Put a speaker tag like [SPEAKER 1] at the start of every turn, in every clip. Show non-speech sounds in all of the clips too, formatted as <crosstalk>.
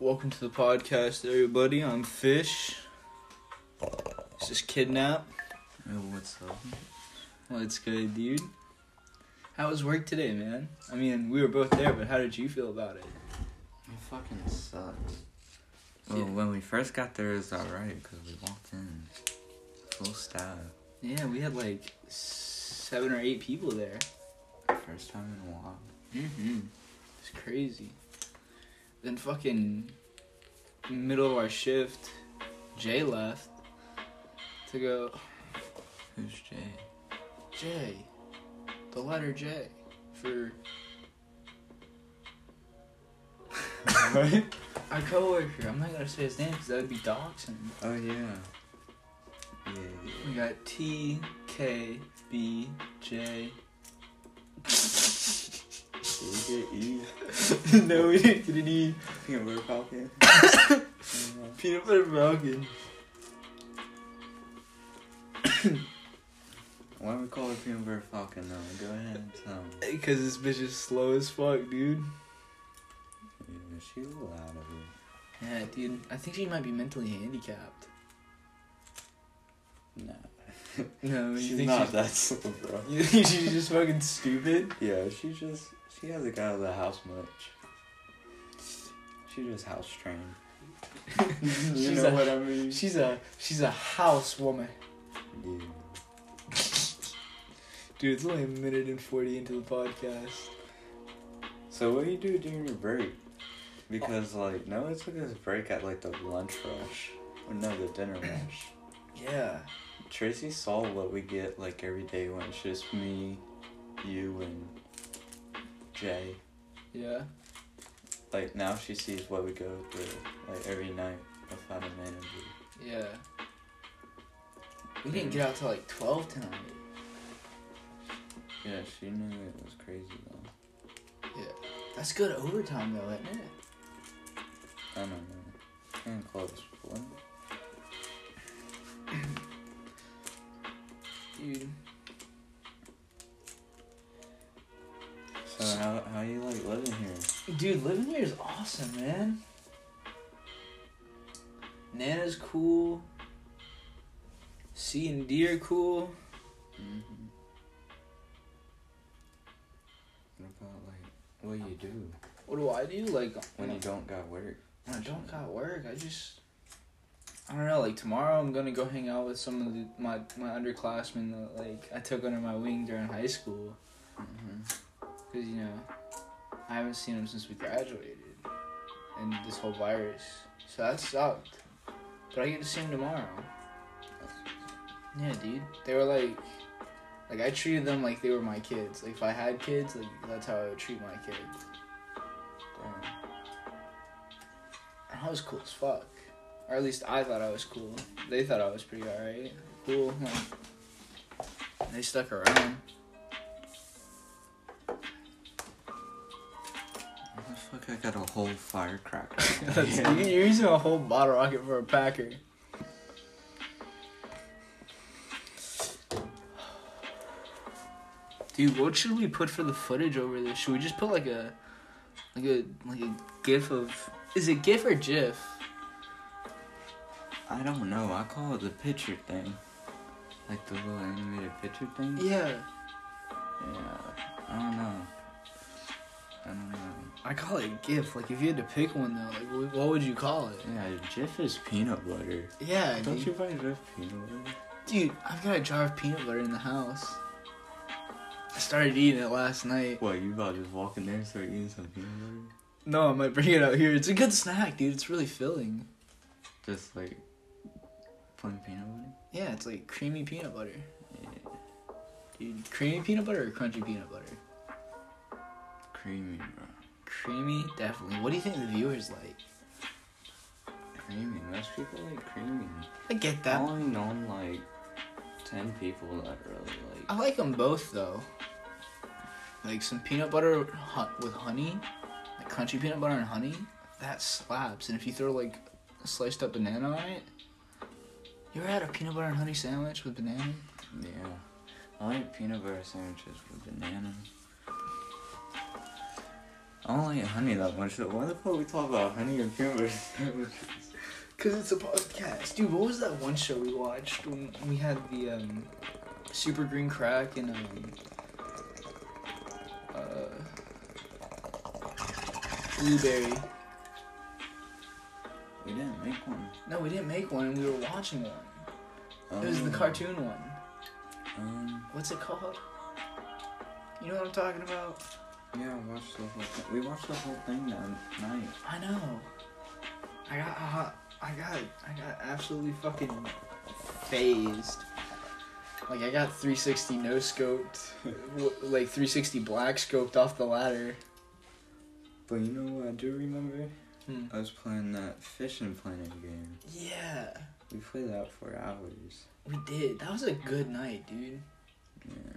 [SPEAKER 1] Welcome to the podcast, everybody. I'm Fish. This is Kidnap.
[SPEAKER 2] Yo, what's up?
[SPEAKER 1] What's good, dude? How was work today, man? I mean, we were both there, but how did you feel about it?
[SPEAKER 2] It fucking sucks.
[SPEAKER 1] Yeah.
[SPEAKER 2] Well, when we first got there, it was alright because we walked in full staff.
[SPEAKER 1] Yeah, we had like seven or eight people there.
[SPEAKER 2] First time in a while.
[SPEAKER 1] Mm-hmm. It's crazy. Then fucking middle of our shift, Jay left to go.
[SPEAKER 2] Who's Jay?
[SPEAKER 1] J, the letter J, for.
[SPEAKER 2] What?
[SPEAKER 1] <laughs> Our coworker. I'm not gonna say his name because that would be doxing.
[SPEAKER 2] Oh yeah. Yeah.
[SPEAKER 1] We got T K B J.
[SPEAKER 2] Did you get E?
[SPEAKER 1] <laughs> no, we didn't need
[SPEAKER 2] <laughs> Peanut butter <coughs> falcon.
[SPEAKER 1] peanut butter falcon.
[SPEAKER 2] Why don't we call her peanut butter falcon though? Go ahead and tell. 'em.
[SPEAKER 1] Cause this bitch is slow as fuck, dude.
[SPEAKER 2] Yeah, she's a little out of it.
[SPEAKER 1] Yeah, dude. I think she might be mentally handicapped.
[SPEAKER 2] Nah.
[SPEAKER 1] No, you
[SPEAKER 2] She's
[SPEAKER 1] think
[SPEAKER 2] not
[SPEAKER 1] she's,
[SPEAKER 2] that <laughs> slow, bro.
[SPEAKER 1] <laughs> You think she's just fucking stupid?
[SPEAKER 2] Yeah, she just she hasn't got out of the house much. She just house trained. <laughs> you
[SPEAKER 1] She's
[SPEAKER 2] know
[SPEAKER 1] a-
[SPEAKER 2] what I mean?
[SPEAKER 1] She's a she's a house woman.
[SPEAKER 2] yeah.
[SPEAKER 1] Dude, it's only a minute and forty into the podcast.
[SPEAKER 2] So what do you do during your break? Because like no one took his break at like the lunch rush. Or no, the <clears throat> dinner rush.
[SPEAKER 1] Yeah.
[SPEAKER 2] Tracy saw what we get like every day when it's just me, you and Jay.
[SPEAKER 1] Yeah.
[SPEAKER 2] Like now she sees what we go through like every night without a manager.
[SPEAKER 1] Yeah. We didn't get out till like twelve tonight.
[SPEAKER 2] Yeah, she knew it was crazy though.
[SPEAKER 1] That's good overtime though, isn't it?
[SPEAKER 2] I don't know. Kind of close. What?
[SPEAKER 1] Dude.
[SPEAKER 2] So how how you like living here?
[SPEAKER 1] Dude, living here is awesome, man. Nana's cool. Seeing deer cool.
[SPEAKER 2] Mm-hmm. What about like what do you do
[SPEAKER 1] What do I do? Like
[SPEAKER 2] when you don't got work?
[SPEAKER 1] when I don't got work, I just I don't know. Like tomorrow, I'm gonna go hang out with some of the, my my underclassmen that like I took under my wing during high school.
[SPEAKER 2] Mm-hmm.
[SPEAKER 1] Cause you know, I haven't seen them since we graduated, and this whole virus. So that sucked. But I get to see them tomorrow. Yeah, dude. They were like, like I treated them like they were my kids. Like if I had kids, like that's how I would treat my kids. And I was cool as fuck. Or at least I thought I was cool. They thought I was pretty alright. Cool. like, they stuck around.
[SPEAKER 2] What the fuck? I got a whole
[SPEAKER 1] <laughs>
[SPEAKER 2] firecracker. <laughs>
[SPEAKER 1] That's, You're using a whole bottle rocket for a packer. Dude, what should we put for the footage over this? Should we just put like a, like a like a gif of? Is it gif or gif?
[SPEAKER 2] I don't know. I call it the picture thing, like the little animated picture thing.
[SPEAKER 1] Yeah,
[SPEAKER 2] Yeah. I don't know. I don't know.
[SPEAKER 1] I call it gif. Like if you had to pick one though, like what- what would you call it?
[SPEAKER 2] Yeah, Jif is peanut butter.
[SPEAKER 1] Yeah,
[SPEAKER 2] Don't
[SPEAKER 1] dude.
[SPEAKER 2] you buy Jif peanut butter?
[SPEAKER 1] dude, I've got a jar of peanut butter in the house. I started eating it last night.
[SPEAKER 2] What you about to just walk in there and start eating some peanut butter?
[SPEAKER 1] No, I might bring it out here. It's a good snack, dude. It's really filling.
[SPEAKER 2] Just like plain peanut butter?
[SPEAKER 1] Yeah, it's like creamy peanut butter.
[SPEAKER 2] Yeah,
[SPEAKER 1] Dude, creamy peanut butter or crunchy peanut butter?
[SPEAKER 2] creamy, bro.
[SPEAKER 1] Creamy, definitely. What do you think the viewers like?
[SPEAKER 2] Creamy. Most people like creamy.
[SPEAKER 1] I get
[SPEAKER 2] I
[SPEAKER 1] that.
[SPEAKER 2] only known like ten people that really like.
[SPEAKER 1] I like them both though. Like some peanut butter hu- with honey, like crunchy peanut butter and honey, that slaps. And if you throw like a sliced up banana on it, you ever had a peanut butter and honey sandwich with banana?
[SPEAKER 2] Yeah, I like peanut butter sandwiches with banana. I don't like honey that much. so Why the fuck we talk about honey and peanut butter sandwiches?
[SPEAKER 1] Cause it's a podcast, dude. What was that one show we watched when we had the um, super green crack and um, uh, blueberry?
[SPEAKER 2] We didn't make one.
[SPEAKER 1] No, we didn't make one. We were watching one.
[SPEAKER 2] Um,
[SPEAKER 1] It was the cartoon one.
[SPEAKER 2] Um,
[SPEAKER 1] What's it called? You know what I'm talking about?
[SPEAKER 2] yeah, I watched the whole thing. We watched the whole thing that night.
[SPEAKER 1] I know. I got hot. I got. I got absolutely fucking phased. Like I got 360 no scoped, w- like 360 black scoped off the ladder.
[SPEAKER 2] But you know what I do remember?
[SPEAKER 1] Hmm.
[SPEAKER 2] I was playing that fishing planet game.
[SPEAKER 1] Yeah,
[SPEAKER 2] We played that for hours.
[SPEAKER 1] we did. That was a good night, dude.
[SPEAKER 2] Yeah.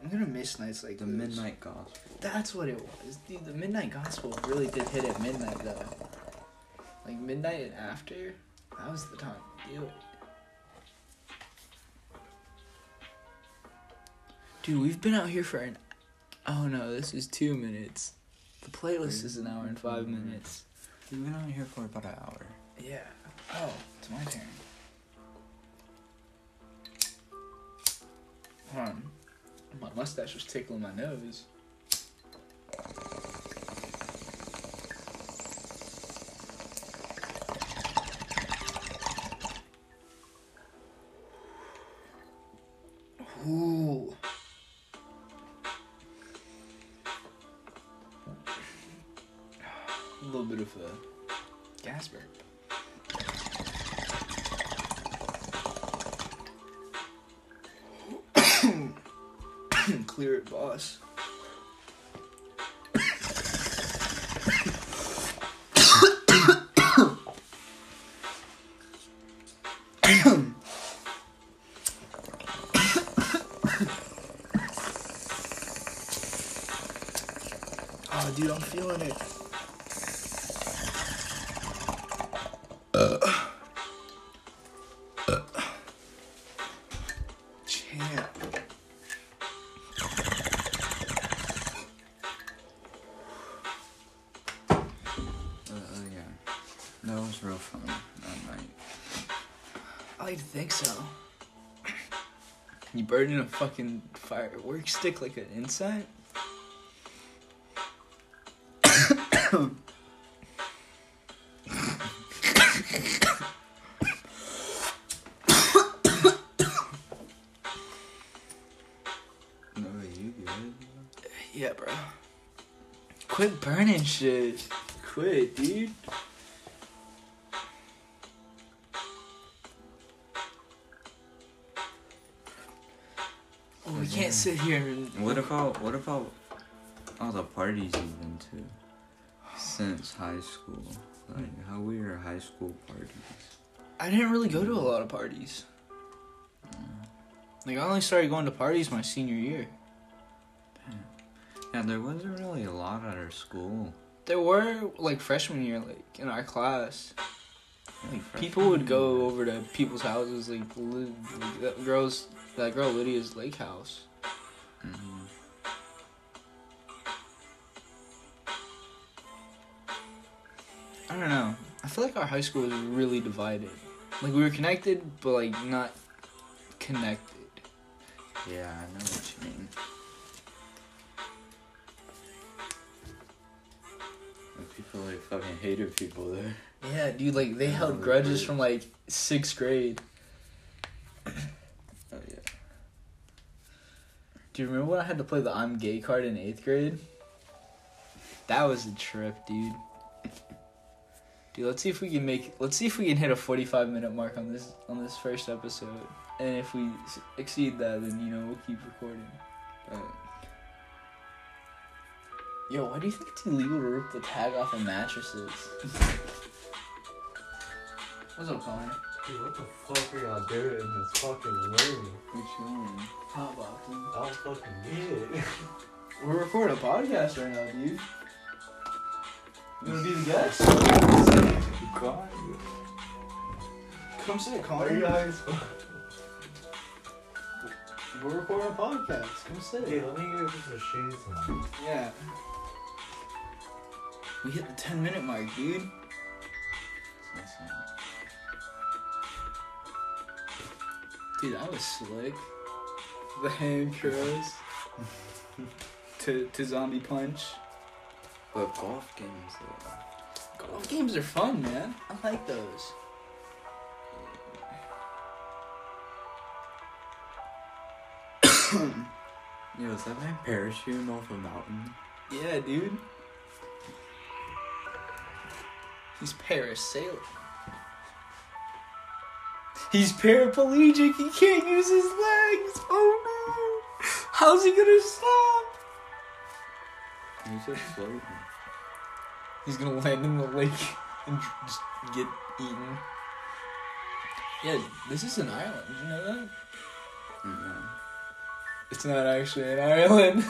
[SPEAKER 1] I'm gonna miss nights like
[SPEAKER 2] The
[SPEAKER 1] those.
[SPEAKER 2] Midnight Gospel.
[SPEAKER 1] That's what it was, dude. The midnight gospel really did hit at midnight though. Like midnight and after, that was the time to do it. Dude, we've been out here for an. Oh no, this is two minutes. The playlist is an hour and five minutes.
[SPEAKER 2] We've been out here for about an hour.
[SPEAKER 1] Yeah. Oh, it's my turn. Hold on. My mustache was tickling my nose. Ooh. A little bit of a gas burp. Clear it, boss. <coughs> oh, dude, I'm feeling it. <coughs> Champ.
[SPEAKER 2] Uh, oh yeah. That was real fun that night.
[SPEAKER 1] I like to Oh, think so. You burn in a fucking firework stick like an insect?
[SPEAKER 2] No, you good?
[SPEAKER 1] Yeah, bro. Quit burning shit. Quit, dude. Oh, we can't sit here and.
[SPEAKER 2] What about what about all the parties you've been to since high school? Like how we were high school parties.
[SPEAKER 1] I didn't really go to a lot of parties. Like, I only started going to parties my senior year.
[SPEAKER 2] Yeah, there wasn't really a lot at our school.
[SPEAKER 1] There were, like, freshman year, like, in our class.
[SPEAKER 2] Like
[SPEAKER 1] People would go over to people's houses, like, li- like that girls, that girl Lydia's lake house.
[SPEAKER 2] hmm
[SPEAKER 1] I don't know. I feel like our high school was really divided. Like we were connected, but like not connected.
[SPEAKER 2] Yeah, I know what you mean. Like, people like fucking hated people there.
[SPEAKER 1] Yeah, dude. Like they held grudges from like sixth grade. <clears throat>
[SPEAKER 2] Oh yeah.
[SPEAKER 1] Do you remember when I had to play the "I'm gay" card in eighth grade? That was a trip, dude. Dude, let's see if we can make. Let's see if we can hit a forty-five minute mark on this on this first episode. And if we s- exceed that, then you know we'll keep recording.
[SPEAKER 2] But
[SPEAKER 1] Yo, why do you think it's illegal to rip the tag off of mattresses? <laughs> What's up, Connor?
[SPEAKER 3] Dude, what the fuck are y'all doing in this fucking room?
[SPEAKER 2] what you mean?
[SPEAKER 1] Hot boxing.
[SPEAKER 3] I don't fucking need <laughs> it.
[SPEAKER 1] We're recording a podcast right now, dude. You wanna be the guest?
[SPEAKER 3] God.
[SPEAKER 1] Come sit,
[SPEAKER 3] Are you
[SPEAKER 1] Connor.
[SPEAKER 3] guys?
[SPEAKER 1] We're recording a podcast. Come sit.
[SPEAKER 3] Dude, let me go put some shoes on.
[SPEAKER 1] Yeah. We hit the 10 minute mark, dude. Dude, that was slick. The hand
[SPEAKER 3] <laughs>
[SPEAKER 1] curls. to, to zombie punch.
[SPEAKER 2] But golf games, though.
[SPEAKER 1] Golf games are fun, man. I like those.
[SPEAKER 2] Yo, is that man parachuting off a mountain?
[SPEAKER 1] Yeah, dude. He's parasailing. He's paraplegic. He can't use his legs. Oh no! How's he gonna stop?
[SPEAKER 2] He's just floating.
[SPEAKER 1] He's gonna land in the lake and dr- just get eaten. Yeah, this is an island. Did you know that?
[SPEAKER 2] No.
[SPEAKER 1] It's not actually an island.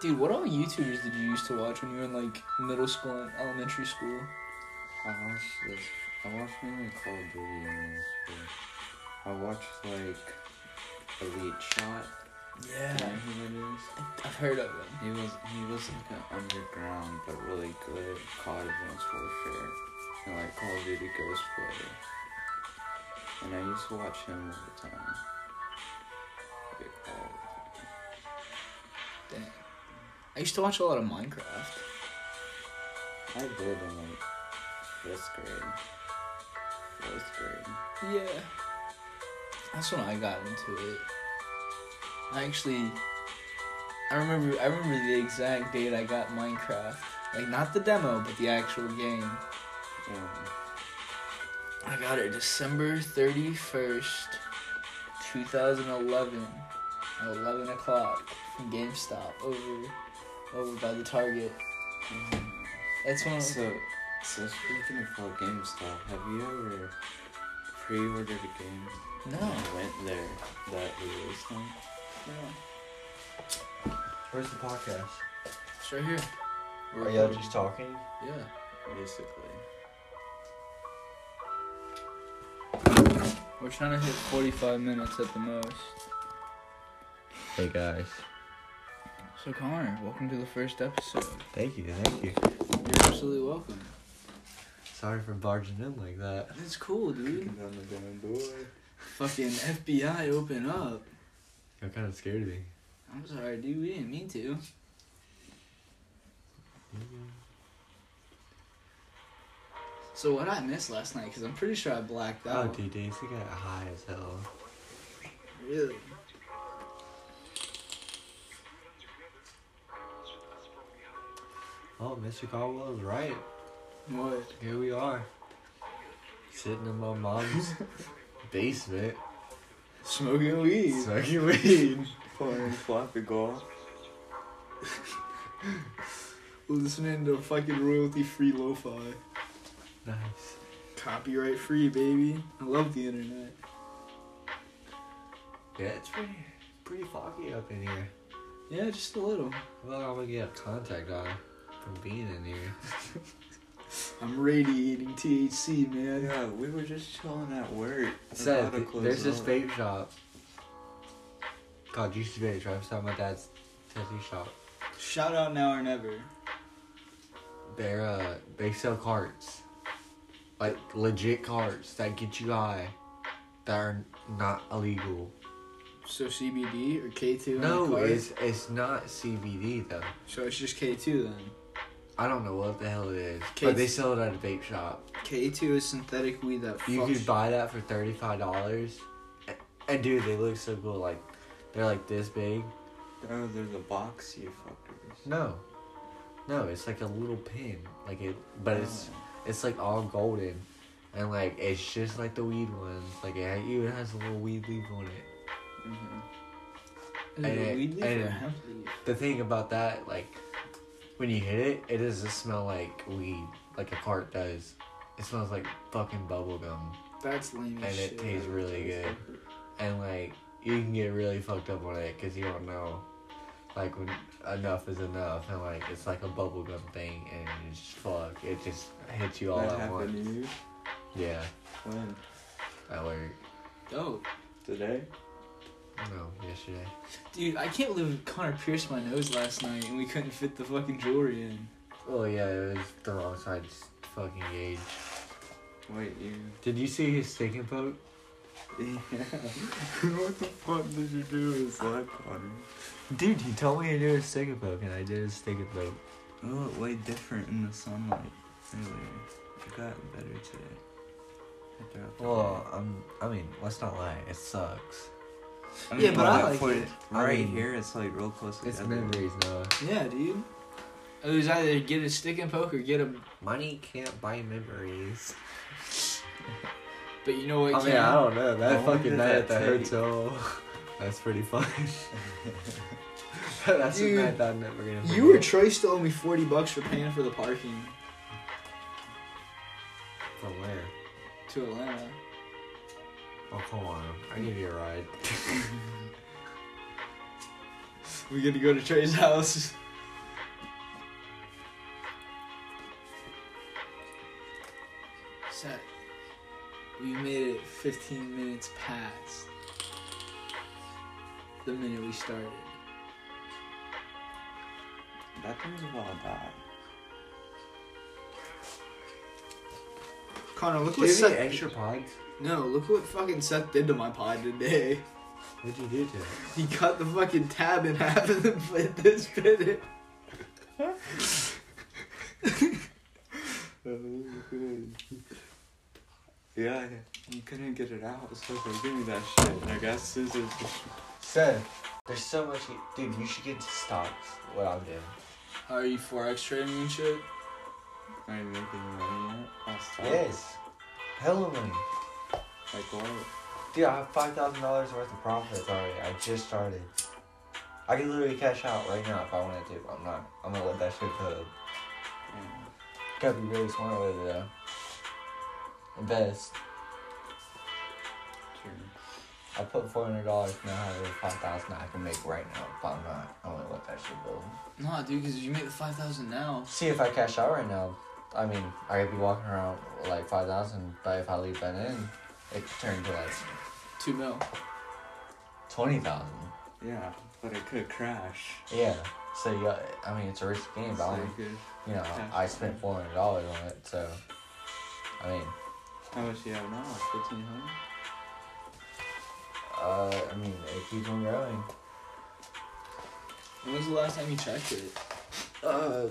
[SPEAKER 1] Dude, what all YouTubers did you used to watch when you were in like middle school and elementary school?
[SPEAKER 2] I watched this. I watched mainly Call of Duty in this I watched like Elite Shot. You know who that
[SPEAKER 1] I've heard of them.
[SPEAKER 2] is? He was he was like an underground but really good COD Advanced Warfare and like Call of Duty Ghost Player. And I used to watch him all the time. Like, all the time.
[SPEAKER 1] Dang. I used to watch a lot of Minecraft.
[SPEAKER 2] I did in like fifth grade, fourth grade.
[SPEAKER 1] Yeah. That's when I got into it. I actually I remember I remember the exact date I got Minecraft. Like not the demo, but the actual game.
[SPEAKER 2] Yeah.
[SPEAKER 1] I got it December 31st, 2011, at 11 o'clock from GameStop over over by the Target. That's when
[SPEAKER 2] So, so speaking of called GameStop, have you ever pre-ordered a game
[SPEAKER 1] no.
[SPEAKER 2] and went there that release night?
[SPEAKER 1] no.
[SPEAKER 3] Where's the podcast?
[SPEAKER 1] It's right here.
[SPEAKER 3] Are y'all just talking?
[SPEAKER 1] Yeah.
[SPEAKER 2] Basically,
[SPEAKER 1] We're trying to hit 45 minutes at the most.
[SPEAKER 3] Hey guys.
[SPEAKER 1] So Connor, welcome to the first episode.
[SPEAKER 3] Thank you, thank you.
[SPEAKER 1] You're absolutely welcome.
[SPEAKER 3] Sorry for barging in like that.
[SPEAKER 1] It's cool, dude.
[SPEAKER 2] down the damn door.
[SPEAKER 1] Fucking FBI, open up.
[SPEAKER 3] That kind of scared me.
[SPEAKER 1] I'm sorry, dude. We didn't mean to.
[SPEAKER 3] Mm-hmm.
[SPEAKER 1] So what I missed last night? Because I'm pretty sure I blacked
[SPEAKER 3] Oh,
[SPEAKER 1] out.
[SPEAKER 3] dude, Daisy got high as hell.
[SPEAKER 1] Really?
[SPEAKER 3] Oh, Mr. Caldwell is right.
[SPEAKER 1] What?
[SPEAKER 3] Here we are. Sitting in my <laughs> mom's basement.
[SPEAKER 1] Smoking weed. <laughs>
[SPEAKER 3] Smoking weed.
[SPEAKER 2] Playing floppy golf.
[SPEAKER 1] Listening to fucking royalty free lo fi.
[SPEAKER 3] Nice.
[SPEAKER 1] Copyright free, baby. I love the internet.
[SPEAKER 3] Yeah, it's pretty pretty foggy up in here.
[SPEAKER 1] Yeah, just a little.
[SPEAKER 3] I feel like I'm gonna get a contact eye from being in here.
[SPEAKER 1] I'm radiating THC, man.
[SPEAKER 2] Yeah, we were just chilling at work.
[SPEAKER 3] So
[SPEAKER 2] About to
[SPEAKER 3] th-
[SPEAKER 2] close
[SPEAKER 3] there's
[SPEAKER 2] it
[SPEAKER 3] this
[SPEAKER 2] up.
[SPEAKER 3] vape shop called Juicy Vape right beside my dad's tattoo shop.
[SPEAKER 1] Shout out now or never.
[SPEAKER 3] They're uh they sell carts. Like legit carts that get you high that are not illegal.
[SPEAKER 1] So CBD or K2? on the
[SPEAKER 3] No,
[SPEAKER 1] card?
[SPEAKER 3] it's it's not CBD though.
[SPEAKER 1] So it's just K2 then.
[SPEAKER 3] I don't know what the hell it is, but they
[SPEAKER 1] Kids-
[SPEAKER 3] sell it at a vape shop.
[SPEAKER 1] K2 is synthetic weed that
[SPEAKER 3] You
[SPEAKER 1] fucks
[SPEAKER 3] could buy that for thirty five dollars, and dude, they look so cool. Like they're like this big.
[SPEAKER 2] Oh, they're the box, you fuckers.
[SPEAKER 3] No, no, it's like a little pin, like it, but it's
[SPEAKER 2] Oh.
[SPEAKER 3] it's like all golden, and like it's just like the weed ones. Like it even has a little weed leaf on it.
[SPEAKER 2] Mhm.
[SPEAKER 1] Is it a
[SPEAKER 3] and-
[SPEAKER 1] weed leaf or a
[SPEAKER 3] and-
[SPEAKER 1] hemp leaf?
[SPEAKER 3] The thing about that, like when you hit it, it doesn't smell like weed, like a cart does. It smells like fucking bubble gum,
[SPEAKER 1] That's lame as
[SPEAKER 3] and
[SPEAKER 1] shit.
[SPEAKER 3] it tastes really
[SPEAKER 2] Tastes
[SPEAKER 3] good. and like you can get really fucked up on it because you don't know like when enough is enough and like it's like a bubblegum thing and it's just fuck it just hits you all
[SPEAKER 2] That
[SPEAKER 3] at
[SPEAKER 2] happened
[SPEAKER 3] once
[SPEAKER 2] to you
[SPEAKER 3] yeah
[SPEAKER 2] when
[SPEAKER 3] at work
[SPEAKER 1] Dope.
[SPEAKER 2] today?
[SPEAKER 3] No, yesterday.
[SPEAKER 1] Dude, I can't believe Connor pierced my nose last night and we couldn't fit the fucking jewelry in.
[SPEAKER 3] Oh yeah, it was the wrong side fucking gauge.
[SPEAKER 2] Wait, you.
[SPEAKER 3] Did you see his stinking poke?
[SPEAKER 2] Yeah. <laughs> what the fuck did you do with that, Connor?
[SPEAKER 3] Dude, you told me to do a stinking poke, and I did a stinking poke.
[SPEAKER 2] Oh, it way different in the sunlight earlier. It got better today. I throughout the
[SPEAKER 3] Well, um, I mean, let's not lie. It sucks.
[SPEAKER 2] day.
[SPEAKER 1] yeah, but I
[SPEAKER 2] like
[SPEAKER 1] like
[SPEAKER 2] for-
[SPEAKER 1] it.
[SPEAKER 3] I
[SPEAKER 2] Right
[SPEAKER 3] mean,
[SPEAKER 2] here, it's like real close
[SPEAKER 3] It's
[SPEAKER 2] together.
[SPEAKER 3] memories, Noah.
[SPEAKER 1] Yeah, dude. It was either get a stick and poke or get a.
[SPEAKER 3] Money can't buy memories.
[SPEAKER 1] But you know what?
[SPEAKER 3] I mean,
[SPEAKER 1] Cam?
[SPEAKER 3] Oh, I don't know. That
[SPEAKER 2] How long
[SPEAKER 3] fucking
[SPEAKER 2] did
[SPEAKER 3] night
[SPEAKER 2] that
[SPEAKER 3] at the
[SPEAKER 2] take?
[SPEAKER 3] hotel, <laughs> that's pretty fun. <laughs> that's
[SPEAKER 1] Dude,
[SPEAKER 3] a night I'm never gonna.
[SPEAKER 1] You or Troy still owe me forty bucks for paying for the parking
[SPEAKER 3] from where?
[SPEAKER 1] to Atlanta.
[SPEAKER 3] Oh come on, I give you a ride.
[SPEAKER 1] We got to go to Trey's house. Set. We made it 15 minutes past the minute we started.
[SPEAKER 2] That thing's about to die.
[SPEAKER 1] Connor, look
[SPEAKER 3] Do you
[SPEAKER 1] what
[SPEAKER 3] have
[SPEAKER 1] Seth.
[SPEAKER 3] any extra pods?
[SPEAKER 1] No, look what fucking Seth did to my pod today.
[SPEAKER 3] What'd you do to it?
[SPEAKER 1] He cut the fucking tab in half and then put <laughs> this bit in.
[SPEAKER 2] <laughs> Yeah, you couldn't get it out. So like, give me that shit. And I got scissors.
[SPEAKER 3] Seth, there's so much. Dude, you should get stocks. What I'm doing.
[SPEAKER 1] How are you forex trading and shit?
[SPEAKER 2] Are you making money yet? I'll stop.
[SPEAKER 3] Yes. Hella money.
[SPEAKER 2] Like what?
[SPEAKER 3] Dude, I have five thousand dollars worth of profits already. I just started. I can literally cash out right now if I wanted to. but I'm not. I'm gonna let that shit go.
[SPEAKER 2] Yeah.
[SPEAKER 3] Gotta be really smart with it though. Invest.
[SPEAKER 2] Sure.
[SPEAKER 3] I put four hundred dollars now out of five thousand I can make right now. If I'm not, I'm gonna let that shit go.
[SPEAKER 1] Nah, dude, because you made the 5,000 now.
[SPEAKER 3] See if I cash out right now. I mean, I could be walking around with, like five thousand, but if I leave that in, it could turn to like
[SPEAKER 1] Two mil.
[SPEAKER 3] twenty thousand.
[SPEAKER 2] Yeah, but it could crash.
[SPEAKER 3] Yeah. So yeah, I mean, it's a risky game, but
[SPEAKER 2] So
[SPEAKER 3] I
[SPEAKER 2] you
[SPEAKER 3] don't-
[SPEAKER 2] could-
[SPEAKER 3] you know, I spent four hundred dollars on it, so I mean,
[SPEAKER 2] How much do you have now? Fifteen hundred.
[SPEAKER 3] uh, I mean, it keeps on growing.
[SPEAKER 1] When was the last time you checked it?
[SPEAKER 3] Uh,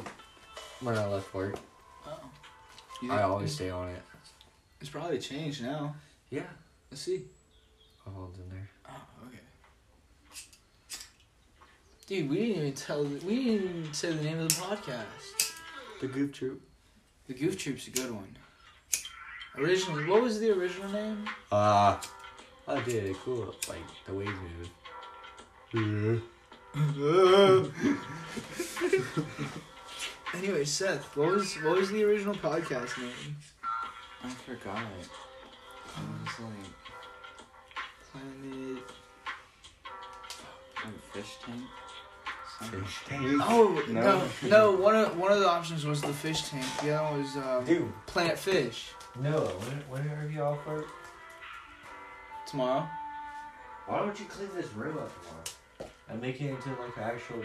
[SPEAKER 3] when I left work,
[SPEAKER 1] Oh. You
[SPEAKER 3] I
[SPEAKER 1] think-
[SPEAKER 3] always
[SPEAKER 1] it's,
[SPEAKER 3] stay on it.
[SPEAKER 1] it's probably changed now.
[SPEAKER 3] Yeah,
[SPEAKER 1] Let's see.
[SPEAKER 3] I've all in there.
[SPEAKER 1] Oh, okay. Dude, we didn't even tell. We didn't even say the name of the podcast.
[SPEAKER 3] The Goof Troop.
[SPEAKER 1] The Goof Troop's a good one. Originally, what was the original name?
[SPEAKER 3] Ah, uh, I did it cool. Like the wave move.
[SPEAKER 1] anyway, Seth, what was what was the original podcast name?
[SPEAKER 2] I forgot. It was like
[SPEAKER 1] Planet.
[SPEAKER 2] a fish tank. Something.
[SPEAKER 3] Fish tank.
[SPEAKER 1] Oh no,
[SPEAKER 2] No.
[SPEAKER 1] no! one of one of the options was the fish tank. The other one was um,
[SPEAKER 3] Dude,
[SPEAKER 1] Planet Fish.
[SPEAKER 3] no. When, when are you off work?
[SPEAKER 1] Tomorrow.
[SPEAKER 3] Why don't you clean this room up tomorrow and make it into like an actual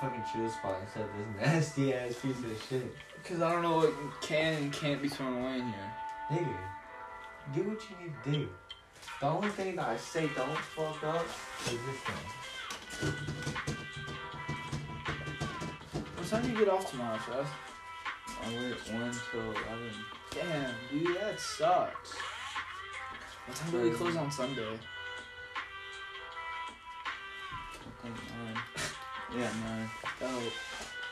[SPEAKER 3] fucking chill spot instead of this nasty ass piece of shit?
[SPEAKER 1] Because I don't know what can and can't be thrown away in here.
[SPEAKER 3] Nigga, do what you need to do. The only thing that I say don't fuck up is this thing.
[SPEAKER 1] What time do you get off tomorrow, Seth?
[SPEAKER 2] I work one till eleven.
[SPEAKER 1] Damn, dude, that sucks. What time do we close on Sunday?
[SPEAKER 2] I think nine. Yeah, nine.
[SPEAKER 1] Oh,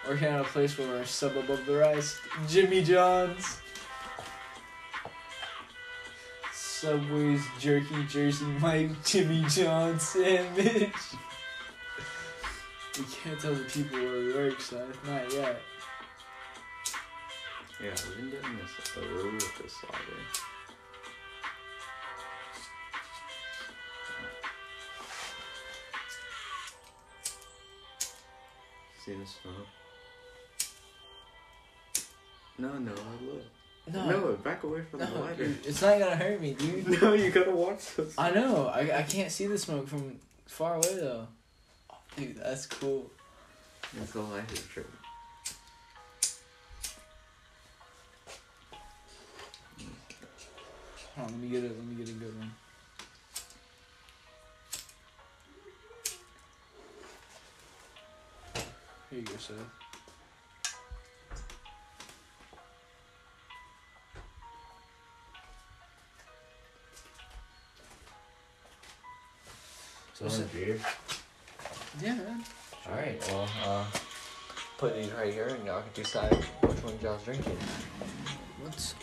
[SPEAKER 1] working at a place where we're sub above the rest. Jimmy John's. Subway's jerky Jersey Mike Jimmy John sandwich. We can't tell the people where we work, so not yet.
[SPEAKER 2] Yeah, we've been doing this through with this lobby. See the smoke? No, no, I look.
[SPEAKER 1] No,
[SPEAKER 2] No, back away from the
[SPEAKER 1] no,
[SPEAKER 2] lighter.
[SPEAKER 1] dude, it's not gonna hurt me, dude.
[SPEAKER 2] <laughs> No, you gotta watch this.
[SPEAKER 1] I know. I, I can't see the smoke from far away though. Oh, dude, that's cool.
[SPEAKER 2] That's all I hear,
[SPEAKER 1] <laughs>
[SPEAKER 2] true.
[SPEAKER 1] Hold on, let me get it. Let me get a good one. Here you go, Seth.
[SPEAKER 3] So is it beer?
[SPEAKER 1] Yeah, man.
[SPEAKER 3] Alright, well, uh, put these right here and y'all can decide which one y'all's drinking.
[SPEAKER 1] What's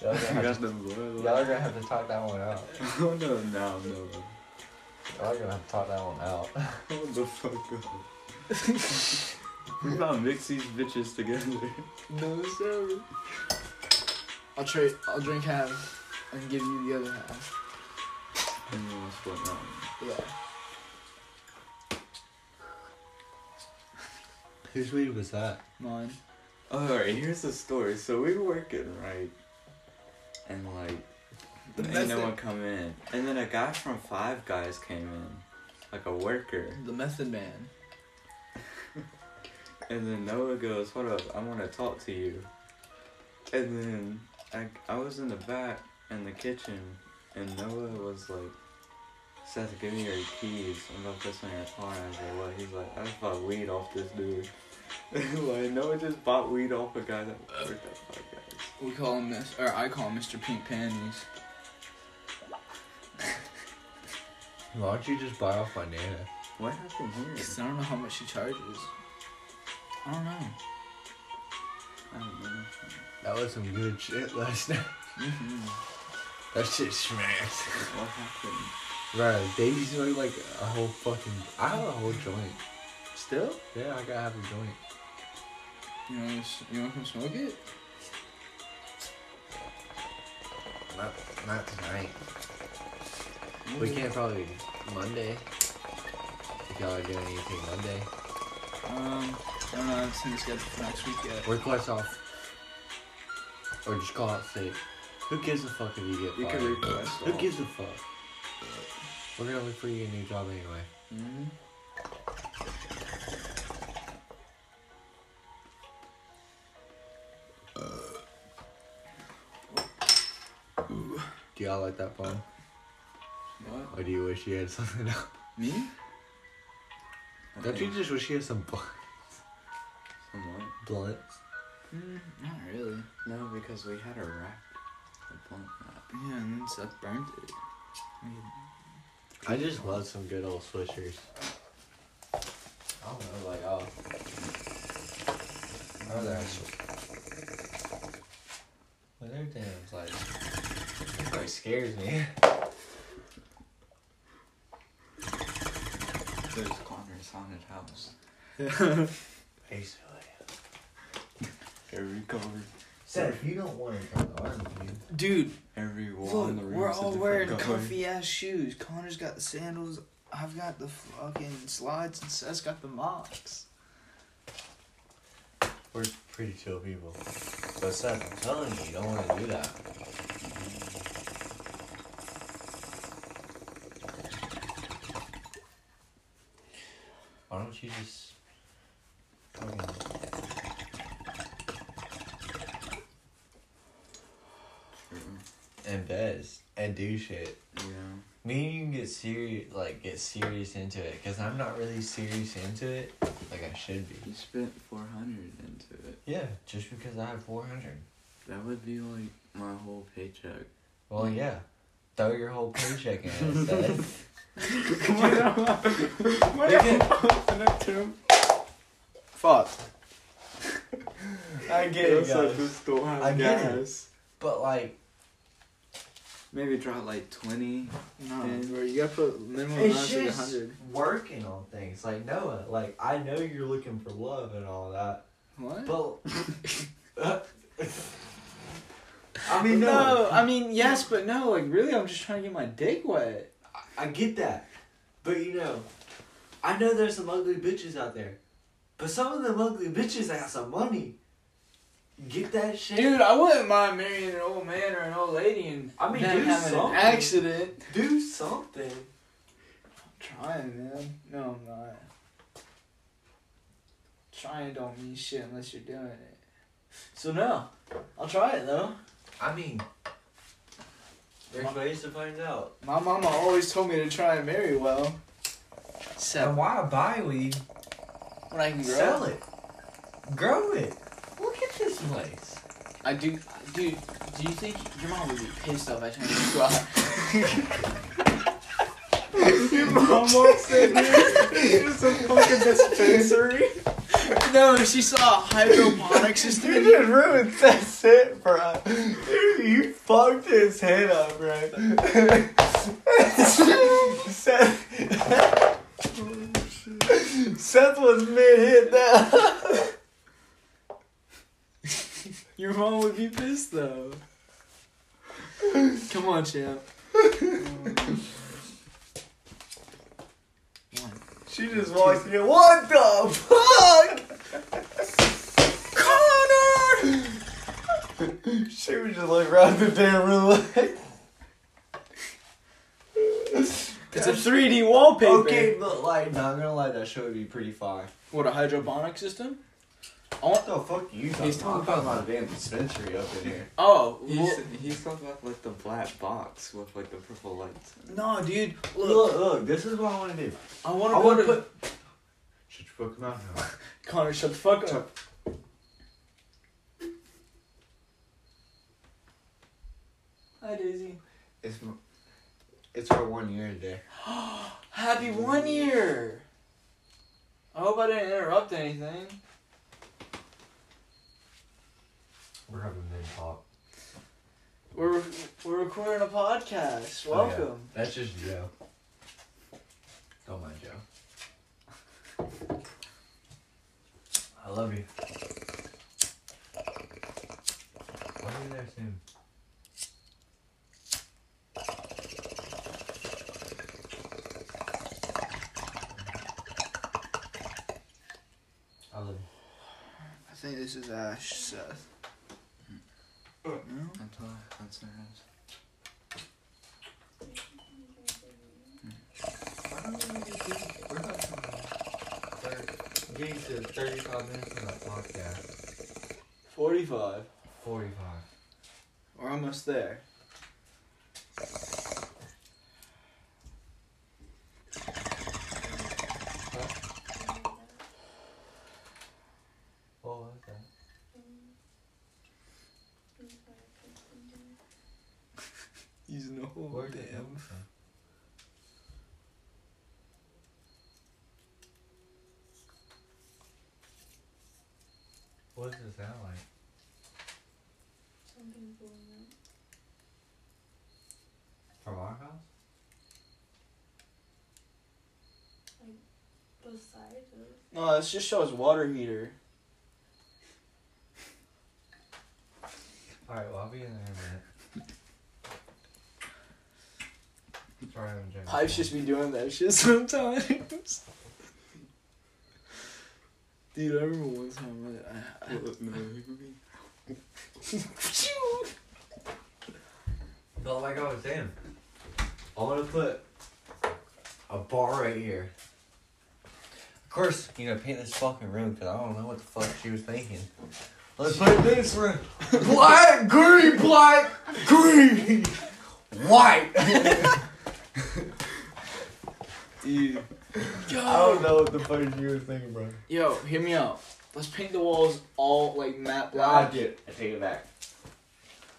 [SPEAKER 3] Y'all are gonna have
[SPEAKER 2] the
[SPEAKER 3] to, <laughs>
[SPEAKER 2] blue.
[SPEAKER 3] y'all
[SPEAKER 2] <laughs>
[SPEAKER 3] are gonna have to talk that one out.
[SPEAKER 2] Oh no, no, no.
[SPEAKER 3] Y'all are gonna have to talk that one out.
[SPEAKER 2] What the fuck?
[SPEAKER 1] <laughs>
[SPEAKER 2] We're gonna mix these bitches together.
[SPEAKER 1] no sir? I'll trade. I'll drink half and give you the other half.
[SPEAKER 2] And you want split mountain.
[SPEAKER 1] Yeah.
[SPEAKER 3] Whose weed was that?
[SPEAKER 1] Mine.
[SPEAKER 2] Alright, here's the story. So we were working, right? And like,
[SPEAKER 1] The
[SPEAKER 2] ain't
[SPEAKER 1] best
[SPEAKER 2] no
[SPEAKER 1] thing-
[SPEAKER 2] one come in. And then a guy from Five Guys came in, like a worker.
[SPEAKER 1] The Method Man.
[SPEAKER 2] And then Noah goes, Hold up, I want to talk to you. And then I, I was in the back in the kitchen, and Noah was like, Seth, give me your keys. I'm about to put some in your car. And I was like, What? He's like, I just bought weed off this dude. <laughs> like, Noah just bought weed off a guy that worked at Five Guys.
[SPEAKER 1] We call him this, or I call him Mr. Pink Panties.
[SPEAKER 3] Why don't you just buy off my nana?
[SPEAKER 2] What happened here?
[SPEAKER 1] Cause I don't know how much she charges. I don't know.
[SPEAKER 2] I don't know.
[SPEAKER 3] That was some good shit last night. Mm-hmm.
[SPEAKER 1] hmm
[SPEAKER 3] That shit smashed.
[SPEAKER 2] What happened?
[SPEAKER 3] Bro, Davey smoked like a whole fucking. I have a whole joint.
[SPEAKER 2] Still?
[SPEAKER 3] Yeah, I got half a joint.
[SPEAKER 1] You want to s- you want to come smoke it?
[SPEAKER 3] Not, not tonight. We can't probably Monday. If y'all are doing anything Monday,
[SPEAKER 1] Um, I don't know. I haven't seen the schedule for next week yet.
[SPEAKER 3] request off, or just call out sick. Who gives a fuck if you get fired?
[SPEAKER 2] You can request.
[SPEAKER 3] Who gives a fuck? We're gonna look for you a new job anyway. Mm-hmm.
[SPEAKER 2] hmm
[SPEAKER 3] Do y'all like that phone,
[SPEAKER 1] What?
[SPEAKER 3] or do you wish you had something else?
[SPEAKER 1] Me?
[SPEAKER 3] Don't you just wish you had some bl-
[SPEAKER 2] Somewhat.
[SPEAKER 3] blunts?
[SPEAKER 1] Mm, not really.
[SPEAKER 2] No, because we had a wrap. A blunt wrap.
[SPEAKER 1] Yeah, and then Seth burnt it. I mean,
[SPEAKER 3] I just love some good old swishers. I don't know, like oh. Are there Well, they're damn like. It really scares me.
[SPEAKER 2] There's Connor's haunted house.
[SPEAKER 3] Basically.
[SPEAKER 2] Every cover.
[SPEAKER 3] Seth, you don't want to join the army, dude.
[SPEAKER 1] Dude,
[SPEAKER 2] Every wall
[SPEAKER 1] look,
[SPEAKER 2] in the room.
[SPEAKER 1] we're all wearing comfy ass shoes. Connor's got the sandals. I've got the fucking slides, and Seth's got the mocks.
[SPEAKER 3] We're pretty chill people. But Seth, I'm telling you, you don't want to do that. Why don't you just fucking and best and do shit?
[SPEAKER 2] Yeah.
[SPEAKER 3] Me and you can get serious, like get serious into it, cause I'm not really serious into it, like I should be.
[SPEAKER 2] You spent 400 into it.
[SPEAKER 3] Yeah, just because I have four hundred.
[SPEAKER 2] That would be like my whole
[SPEAKER 1] <laughs>
[SPEAKER 2] paycheck.
[SPEAKER 3] Well, yeah. Throw your whole paycheck in it, Seth.
[SPEAKER 1] Fuck.
[SPEAKER 3] I get it, guys. I get it. But, like,
[SPEAKER 2] Maybe draw like 20.
[SPEAKER 1] No,
[SPEAKER 2] And-
[SPEAKER 1] bro, you gotta put minimum
[SPEAKER 3] it's
[SPEAKER 1] amount of like
[SPEAKER 3] just
[SPEAKER 1] 100.
[SPEAKER 3] working on things. Like, Noah, like, I know you're looking for love and all that,
[SPEAKER 1] What?
[SPEAKER 3] but. <laughs> I mean,
[SPEAKER 1] no,
[SPEAKER 3] no.
[SPEAKER 1] I mean, yes, but no, like, really, I'm just trying to get my dick wet.
[SPEAKER 3] I get that. But, you know, I know there's some ugly bitches out there. But some of them ugly bitches that got some money. Get that shit.
[SPEAKER 1] Dude, I wouldn't mind marrying an old man or an old lady and
[SPEAKER 3] I mean,
[SPEAKER 1] then
[SPEAKER 3] do
[SPEAKER 1] having
[SPEAKER 3] something.
[SPEAKER 1] an accident.
[SPEAKER 3] Do something.
[SPEAKER 1] I'm trying, man. No, I'm not. Trying don't mean shit unless you're doing it.
[SPEAKER 3] So no, I'll try it though.
[SPEAKER 4] I mean,
[SPEAKER 3] There's ways to find out.
[SPEAKER 1] My mama always told me to try and marry well.
[SPEAKER 4] and
[SPEAKER 1] So
[SPEAKER 4] why buy weed?
[SPEAKER 1] when I can grow.
[SPEAKER 4] Sell it. Grow it. Look at this
[SPEAKER 3] <laughs>
[SPEAKER 4] place.
[SPEAKER 1] I do, dude. Do you think your mom would be pissed off if I tried to cry?
[SPEAKER 3] Your mom walks in here. It's a fucking dispensary.
[SPEAKER 1] no, if she saw a <laughs> hydroponic
[SPEAKER 3] You
[SPEAKER 1] system.
[SPEAKER 3] just ruined that's it, bro. Dude, you fucked his head up, bro. <laughs> Seth, <laughs> Seth was mid hit now. <laughs>
[SPEAKER 1] Your mom would be pissed though. Come on, champ.
[SPEAKER 3] She just walked in. What the fuck? Connor! she was just like right in the damn room like.
[SPEAKER 1] It's a 3D wallpaper.
[SPEAKER 3] Okay, but like, not gonna lie, that show would be pretty fire.
[SPEAKER 1] What a hydroponic system?
[SPEAKER 3] What the fuck are you talking
[SPEAKER 1] He's
[SPEAKER 3] about?
[SPEAKER 1] talking
[SPEAKER 3] I'm talking about a damn dispensary up in here.
[SPEAKER 1] Oh,
[SPEAKER 2] He's,
[SPEAKER 1] well,
[SPEAKER 2] he's talking about like the black box with like the purple lights.
[SPEAKER 1] no, dude.
[SPEAKER 3] Look,
[SPEAKER 1] Look,
[SPEAKER 3] look, this is what I wanna do.
[SPEAKER 1] I want
[SPEAKER 3] I
[SPEAKER 1] to go
[SPEAKER 3] wanna
[SPEAKER 1] to
[SPEAKER 3] put. Shut your fucking mouth now.
[SPEAKER 1] Connor. Shut the fuck up. Hi, Daisy.
[SPEAKER 3] It's, m- it's our one year today.
[SPEAKER 1] <gasps> Happy one year. I hope I didn't interrupt anything.
[SPEAKER 4] We're having men talk.
[SPEAKER 1] We're we're recording a podcast. Welcome.
[SPEAKER 4] That's just Joe. Don't mind Joe. I love you. Why are you there soon? I love you.
[SPEAKER 1] I think this is Ash Seth.
[SPEAKER 2] That's all. That's their house.
[SPEAKER 4] Why don't we just do- We're not coming thir- getting to 35 minutes of that podcast.
[SPEAKER 1] Forty-five.
[SPEAKER 4] 45.
[SPEAKER 1] We're almost there.
[SPEAKER 4] What was that?
[SPEAKER 1] Using the whole
[SPEAKER 4] Where'd it
[SPEAKER 1] damn.
[SPEAKER 4] come from? What does it sound like? From our house?
[SPEAKER 1] No, this just shows water heater.
[SPEAKER 4] Alright, well, I'll be in there in a minute. Sorry, I'm drinking.
[SPEAKER 1] Pipes just be doing that shit <laughs> sometimes. Dude, I remember one time I, I,
[SPEAKER 4] But like I was saying,
[SPEAKER 3] I wanna put a bar right here.
[SPEAKER 4] of course, you know, paint this fucking room because I don't know what the fuck she was thinking. Let's put it in this room.
[SPEAKER 3] Black, green, black, green, white. <laughs>
[SPEAKER 1] dude.
[SPEAKER 3] I don't know what the fuck you were thinking, bro.
[SPEAKER 1] Yo, hear me out. Let's paint the walls all like matte black.
[SPEAKER 3] it. I take it back.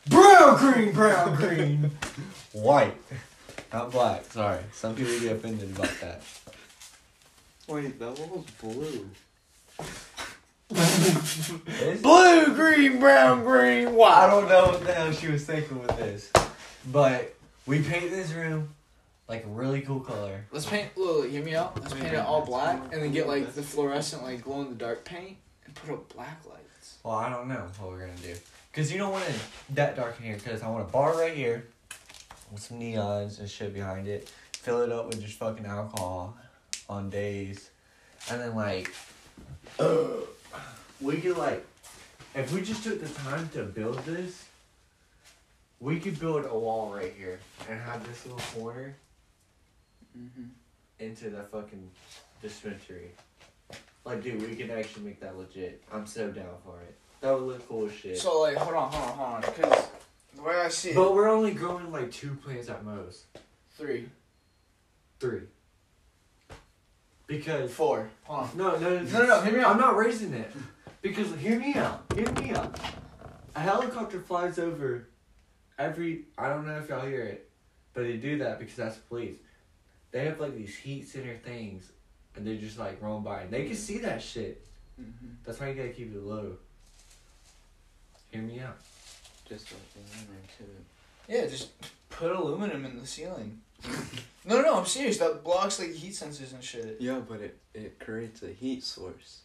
[SPEAKER 3] Brown, green, brown, green, white, not black. Sorry, some people get offended about that.
[SPEAKER 2] Wait, that wall's blue.
[SPEAKER 1] Blue, green, brown, green, white.
[SPEAKER 3] I don't know what the hell she was thinking with this, but we paint this room like a really cool color.
[SPEAKER 1] Let's paint. Look, look, hear me out. Let's paint it all black, and then get like the fluorescent, like glow in the dark paint, and put up black lights.
[SPEAKER 3] Well, I don't know what we're gonna do, cause you don't want it that dark in here. Cause I want a bar right here with some neons and shit behind it. Fill it up with just fucking alcohol on <clears throat> days, and then like we could like If we just took the time to build this, we could build a wall right here and have this little corner
[SPEAKER 1] Mm-hmm.
[SPEAKER 3] into the fucking dispensary. Like, dude, we could actually make that legit. I'm so down for it. That would look cool as shit.
[SPEAKER 1] So like, hold on, hold on, hold on, because the way I see it,
[SPEAKER 3] but we're only growing like two plants at most,
[SPEAKER 1] three,
[SPEAKER 3] three. Because
[SPEAKER 1] four, hold on.
[SPEAKER 3] no, no,
[SPEAKER 1] No, no, no, hear me out.
[SPEAKER 3] I'm not raising it. Because hear me out. Hear me out. A helicopter flies over every. I don't know if y'all hear it, but they do that because that's the police. They have like these heat center things, and they're just like rolling by, and they can see that shit.
[SPEAKER 1] Mm-hmm.
[SPEAKER 3] That's why you gotta keep it low. Hear me out.
[SPEAKER 2] Just like the inner
[SPEAKER 1] Yeah, just put aluminum in the ceiling. no, no, no, I'm serious. That blocks like heat sensors and shit.
[SPEAKER 2] Yeah, but it, it creates a heat source.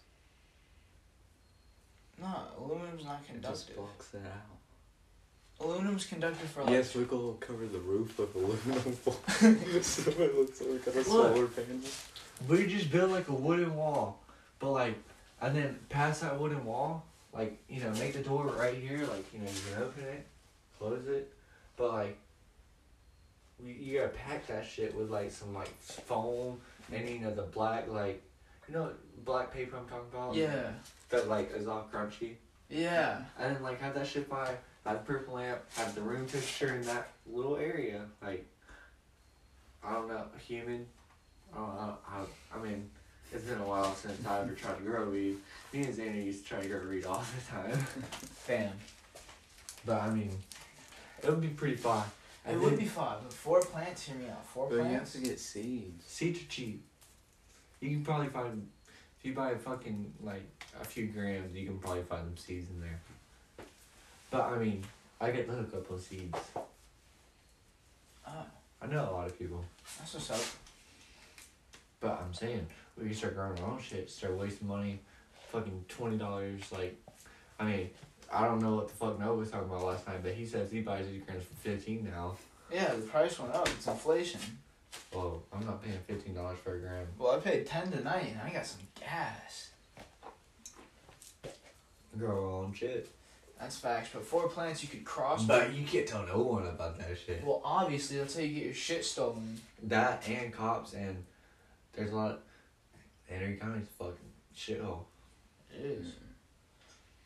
[SPEAKER 1] Nah, aluminum's not
[SPEAKER 2] It just
[SPEAKER 1] conductive.
[SPEAKER 2] blocks it out.
[SPEAKER 1] Aluminum's conductive for like.
[SPEAKER 2] Yes, we will cover the roof
[SPEAKER 1] <laughs>
[SPEAKER 2] with aluminum foil. <laughs> so it looks like we got a solar panel.
[SPEAKER 3] We just build like a wooden wall, but like, and then past that wooden wall, like you know, make the door right here, like you know, you can open it, close it, but like, we, you gotta pack that shit with like some like foam and you know the black like, you know, black paper I'm talking about.
[SPEAKER 1] Yeah.
[SPEAKER 3] That like is all crunchy,
[SPEAKER 1] Yeah.
[SPEAKER 3] and then like have that shit by by the purple lamp, have the room temperature in that little area, like. I don't know, human. I don't know. I, I mean, it's been a while since I ever tried to grow weed. Me and Xander used to try to grow weed all the time.
[SPEAKER 1] Bam.
[SPEAKER 3] But I mean, it would be pretty fun.
[SPEAKER 1] It
[SPEAKER 3] And
[SPEAKER 1] would
[SPEAKER 3] then
[SPEAKER 1] be five, but four plants. Hear me out. Four
[SPEAKER 2] But you have
[SPEAKER 1] plants.
[SPEAKER 2] to get seeds.
[SPEAKER 3] seeds are cheap. You can probably find if you buy a fucking like a few grams, you can probably find them seeds in there. But I mean, I get the hookup on seeds.
[SPEAKER 1] Oh,
[SPEAKER 3] I know a lot of people.
[SPEAKER 1] that's what's up.
[SPEAKER 3] But I'm saying, we can start growing our own shit, start wasting money, fucking twenty dollars. Like, I mean, I don't know what the fuck Noah was talking about last night, but he says he buys his grams for fifteen now.
[SPEAKER 1] Yeah, the price went up. It's inflation.
[SPEAKER 3] Well, I'm not paying fifteen dollars for a gram.
[SPEAKER 1] Well, I paid ten tonight, and I got some gas.
[SPEAKER 3] Grow our own shit.
[SPEAKER 1] That's facts. But four plants, you could cross.
[SPEAKER 3] But you can't tell no one about that shit.
[SPEAKER 1] Well, obviously, that's how you get your shit stolen.
[SPEAKER 3] That and cops and there's a lot. Henry County's a fucking shithole.
[SPEAKER 1] It is.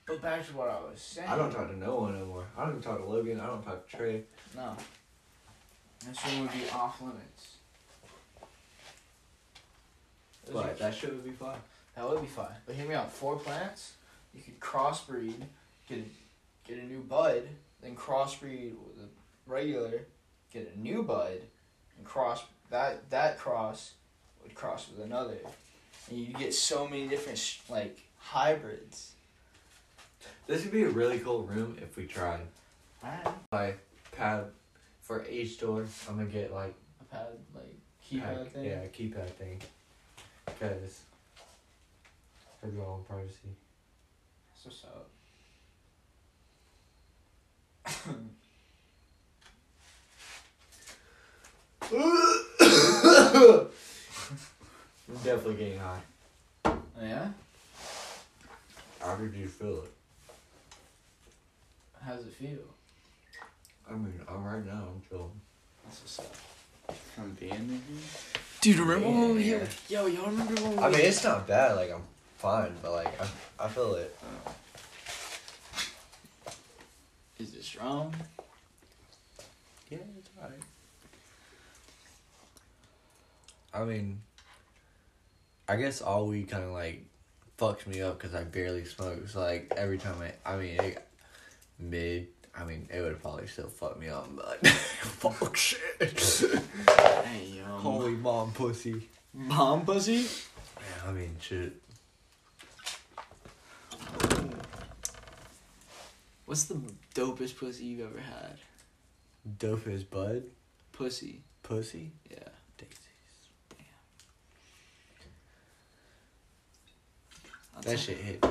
[SPEAKER 1] But back to what I was saying.
[SPEAKER 3] I don't talk to no one anymore. I don't even talk to Logan. I don't talk to Trey.
[SPEAKER 1] No. This room would be off limits. Those
[SPEAKER 3] But
[SPEAKER 1] are-
[SPEAKER 3] that shit would be fun.
[SPEAKER 1] that would be fine. But hear me out. Four plants, you could crossbreed, get a, get a new bud, then crossbreed with a regular, get a new bud, and cross that that cross would cross with another, and you'd get so many different sh- like hybrids.
[SPEAKER 3] This would be a really cool room if we tried.
[SPEAKER 1] Alright.
[SPEAKER 3] Like pad for each door. I'm gonna get like
[SPEAKER 1] I've had like keypad
[SPEAKER 3] pack-
[SPEAKER 1] thing.
[SPEAKER 3] Yeah, keypad thing. Cause for your own privacy.
[SPEAKER 1] <coughs> That's what's up.
[SPEAKER 3] I'm definitely getting high.
[SPEAKER 1] Oh, Yeah.
[SPEAKER 3] How did you feel it?
[SPEAKER 1] How's it feel?
[SPEAKER 3] I mean, I'm right now. I'm chilling.
[SPEAKER 1] That's what's up.
[SPEAKER 2] From being in here?
[SPEAKER 1] Dude,
[SPEAKER 3] remember when we- Yeah.
[SPEAKER 1] yo, y'all remember when
[SPEAKER 4] I mean, it's not bad. Like I'm fine, but like I, I feel it.
[SPEAKER 1] is it strong?
[SPEAKER 4] Yeah, it's alright. I mean, I guess all weed kind of like fucked me up because I barely smoked. So like every time I, I mean, it, mid. I mean, it would probably still fuck me up, but <laughs> like, fuck shit. <laughs>
[SPEAKER 2] Hey, yo.
[SPEAKER 4] Holy mom pussy.
[SPEAKER 1] Bomb pussy?
[SPEAKER 4] Yeah, I mean, shit.
[SPEAKER 1] What's the dopest pussy you've ever had?
[SPEAKER 4] Dope as bud.
[SPEAKER 1] Pussy.
[SPEAKER 4] Pussy.
[SPEAKER 1] Yeah.
[SPEAKER 4] Daisies.
[SPEAKER 1] That's
[SPEAKER 4] That
[SPEAKER 1] it.
[SPEAKER 4] shit hit.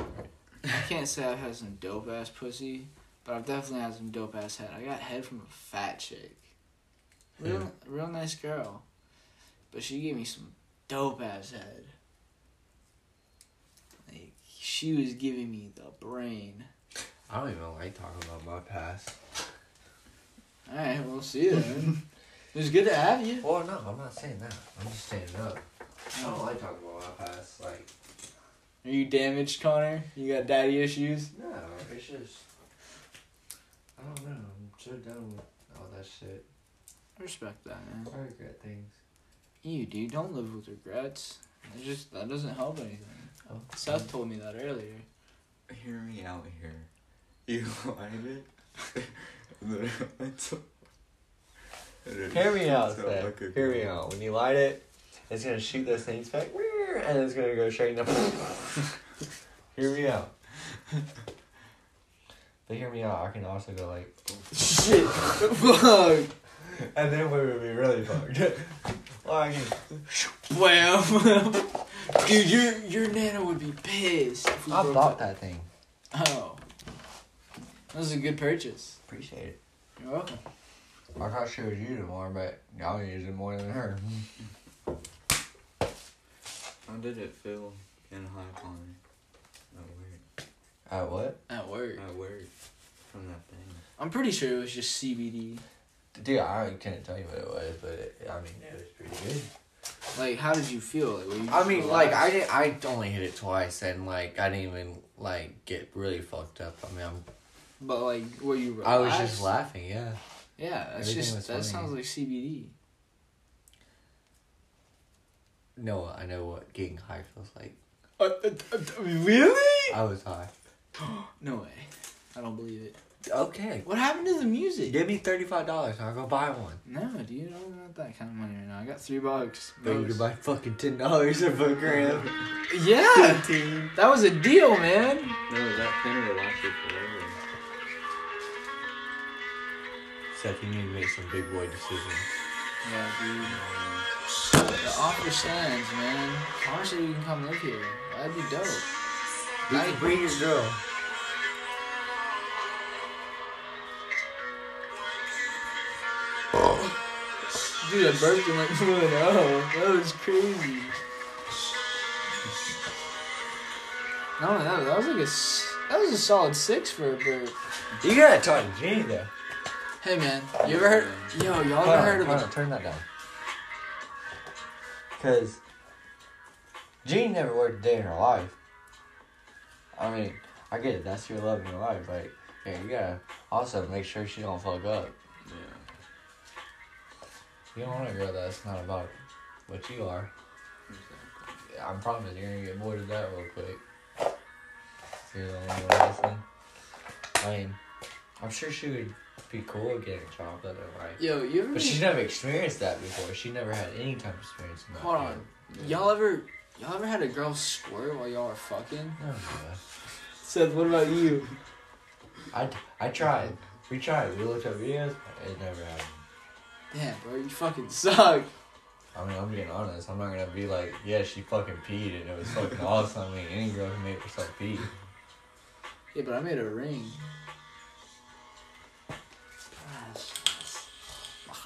[SPEAKER 1] I can't say I've had some dope ass pussy, but I've definitely had some dope ass head. I got head from a fat chick. Real,
[SPEAKER 4] Yeah.
[SPEAKER 1] real nice girl. But she gave me some dope ass head. Like, she was giving me the brain.
[SPEAKER 5] I don't even like talking about my past.
[SPEAKER 1] All right, we'll see you
[SPEAKER 4] <laughs>
[SPEAKER 1] then. it was good to have you.
[SPEAKER 5] Well, no, I'm not saying that. I'm just saying no.
[SPEAKER 6] I don't like talking about my past. Like,
[SPEAKER 1] Are you damaged, Connor? You got daddy issues?
[SPEAKER 6] no, it's just. I don't know. I'm so done with all that shit.
[SPEAKER 1] Respect that, man.
[SPEAKER 6] I regret things.
[SPEAKER 1] You dude, don't live with regrets. It just that doesn't help anything.
[SPEAKER 6] Oh.
[SPEAKER 1] Seth told me that
[SPEAKER 5] <laughs>
[SPEAKER 1] earlier.
[SPEAKER 2] Hear me out here. You <laughs> wanted it?
[SPEAKER 3] Hear me out,
[SPEAKER 2] So
[SPEAKER 3] Seth.
[SPEAKER 2] look at
[SPEAKER 3] Hear me
[SPEAKER 2] me.
[SPEAKER 3] out. When you light it, it's gonna shoot those things back, and it's gonna go straight in the. <laughs> hear me out. But hear me out. I can also go like, <laughs>
[SPEAKER 1] Shit. Fuck.
[SPEAKER 3] and then we would be really fucked. <laughs> or I can,
[SPEAKER 1] Wham. <laughs> dude, your your nana would be pissed. If we
[SPEAKER 3] I
[SPEAKER 1] broke
[SPEAKER 3] bought that thing.
[SPEAKER 1] up. Oh. That was a good purchase.
[SPEAKER 3] Appreciate it.
[SPEAKER 1] You're welcome.
[SPEAKER 3] I thought she was you tomorrow, but y'all use it more than her.
[SPEAKER 5] Mm-hmm.
[SPEAKER 2] How did it feel in high pond? At
[SPEAKER 3] At Uh, what?
[SPEAKER 1] At work.
[SPEAKER 2] work. At work. From that thing.
[SPEAKER 1] I'm pretty sure it was just CBD.
[SPEAKER 3] Dude, I couldn't tell you what it was, but it, I mean, it was pretty good.
[SPEAKER 1] Like, how did you feel? Like, were you
[SPEAKER 5] I
[SPEAKER 1] just
[SPEAKER 5] mean, like I
[SPEAKER 1] relaxed?
[SPEAKER 5] did. I only hit it twice, and like I didn't even like get really fucked up. I mean, I'm,
[SPEAKER 1] But like, were you? Relaxed?
[SPEAKER 5] I was just laughing. Yeah.
[SPEAKER 1] Yeah, that's
[SPEAKER 5] Everything
[SPEAKER 1] just
[SPEAKER 5] was
[SPEAKER 1] that
[SPEAKER 5] funny.
[SPEAKER 1] sounds like CBD.
[SPEAKER 5] No, I know what getting high feels like.
[SPEAKER 1] Uh, uh, uh, really?
[SPEAKER 5] I was high.
[SPEAKER 1] No way. I don't believe it.
[SPEAKER 5] Okay.
[SPEAKER 1] What happened to the music?
[SPEAKER 5] Give me thirty five dollars. I'll go buy one.
[SPEAKER 1] No, dude, I don't got that kind of money right now. I got three bucks.
[SPEAKER 5] But you can buy fucking ten dollars of a gram. <laughs>
[SPEAKER 1] Yeah,
[SPEAKER 5] Fifteen.
[SPEAKER 1] that was a deal, man.
[SPEAKER 2] No, that thing will last you forever.
[SPEAKER 5] Seth, you need to make some big boy decisions.
[SPEAKER 1] Yeah, dude. The offer stands, man. Honestly, you can come live here. That'd be dope.
[SPEAKER 5] You can bring your girl.
[SPEAKER 2] Oh.
[SPEAKER 1] Dude, I burped <laughs> and like blew it out. That was crazy. No, that, that was like a s- that was a solid six for a burp.
[SPEAKER 5] You gotta talk to Jenny though.
[SPEAKER 1] Hey man, you ever heard? Yo, y'all ever heard of
[SPEAKER 3] hold
[SPEAKER 1] the?
[SPEAKER 3] on, turn that down. Cause Jean never worked a day in her life. I mean, I get it. That's your love in your life, but yeah, you gotta also make sure she don't fuck up.
[SPEAKER 2] Yeah.
[SPEAKER 3] You don't want a girl that's not about what you are. I'm promising you're gonna get bored of that real quick. You're the only one listening. I mean, I'm sure she would be cool getting a job that I like.
[SPEAKER 1] Yo, you ever?
[SPEAKER 3] But she's never experienced that before. She never had any type of experience in that.
[SPEAKER 1] Hold on. Y'all ever? Y'all ever had a girl squirt while y'all were fucking?
[SPEAKER 3] No, no.
[SPEAKER 1] Seth, what about you?
[SPEAKER 3] I, I tried. We tried. We looked up videos. It never happened.
[SPEAKER 1] Damn, bro, you fucking suck.
[SPEAKER 3] I mean, I'm being honest. I'm not gonna be like, yeah, she fucking peed and it was fucking awesome. I mean, any girl can make herself pee.
[SPEAKER 1] Yeah, but I made a ring.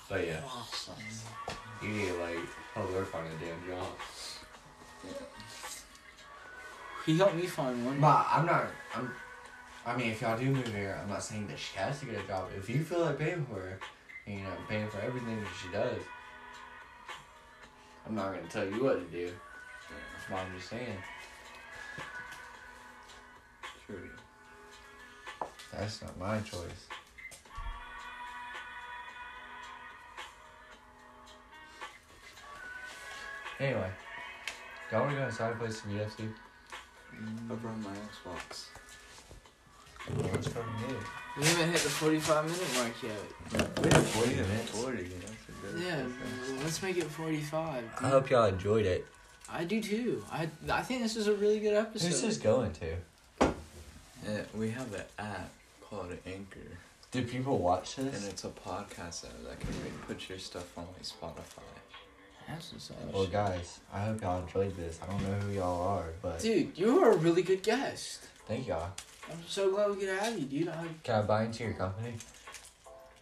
[SPEAKER 3] But yeah, you need to like hell work on a damn job.
[SPEAKER 1] He helped me find one.
[SPEAKER 3] But I'm not. I'm. I mean, if y'all do move here, I'm not saying that she has to get a job. If you feel like paying for her, and you're not paying for everything that she does, I'm not gonna tell you what to do. But I'm just saying.
[SPEAKER 2] Sure.
[SPEAKER 3] That's not my choice. Anyway, y'all wanna go inside and play some UFC?
[SPEAKER 2] I brought my Xbox.
[SPEAKER 3] Let's fucking do it.
[SPEAKER 1] We haven't hit the forty-five minute mark yet.
[SPEAKER 3] We have 40
[SPEAKER 2] Yeah,
[SPEAKER 3] minutes.
[SPEAKER 2] Forty. That's a good.
[SPEAKER 1] Yeah, bro, let's make it forty-five.
[SPEAKER 5] I
[SPEAKER 3] Uh,
[SPEAKER 5] hope y'all enjoyed it.
[SPEAKER 1] I do too. I I think this is a really good episode.
[SPEAKER 3] Who's this going to?
[SPEAKER 2] Yeah, we have an app called Anchor,
[SPEAKER 3] Do people watch
[SPEAKER 2] and
[SPEAKER 3] this?
[SPEAKER 2] it's a podcast app that can like, put your stuff on like Spotify.
[SPEAKER 1] That's what's up.
[SPEAKER 3] Well, guys, I hope y'all enjoyed this. I don't know who y'all are, but
[SPEAKER 1] Dude, you were a really good guest.
[SPEAKER 3] thank y'all.
[SPEAKER 1] I'm so glad we could have you, dude. I,
[SPEAKER 3] Can I buy into your company?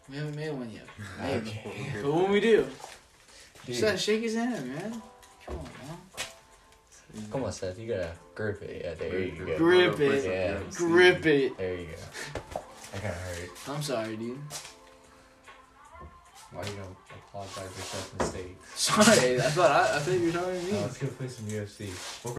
[SPEAKER 1] we haven't made one yet. Maybe.
[SPEAKER 3] Okay.
[SPEAKER 1] But when we do,
[SPEAKER 3] Dude,
[SPEAKER 1] Son, shake his hand, man. Come on, man.
[SPEAKER 3] Come on, Seth. You gotta grip it. Yeah, there you go.
[SPEAKER 1] Grip it.
[SPEAKER 3] Yeah.
[SPEAKER 1] Grip it.
[SPEAKER 3] There you go. That kind of hurt.
[SPEAKER 1] I'm sorry, dude. <laughs>
[SPEAKER 3] Why you don't apologize for Seth's mistakes?
[SPEAKER 1] Sorry. I thought I, I thought you were talking to
[SPEAKER 3] Now
[SPEAKER 1] me.
[SPEAKER 3] let's go play some UFC.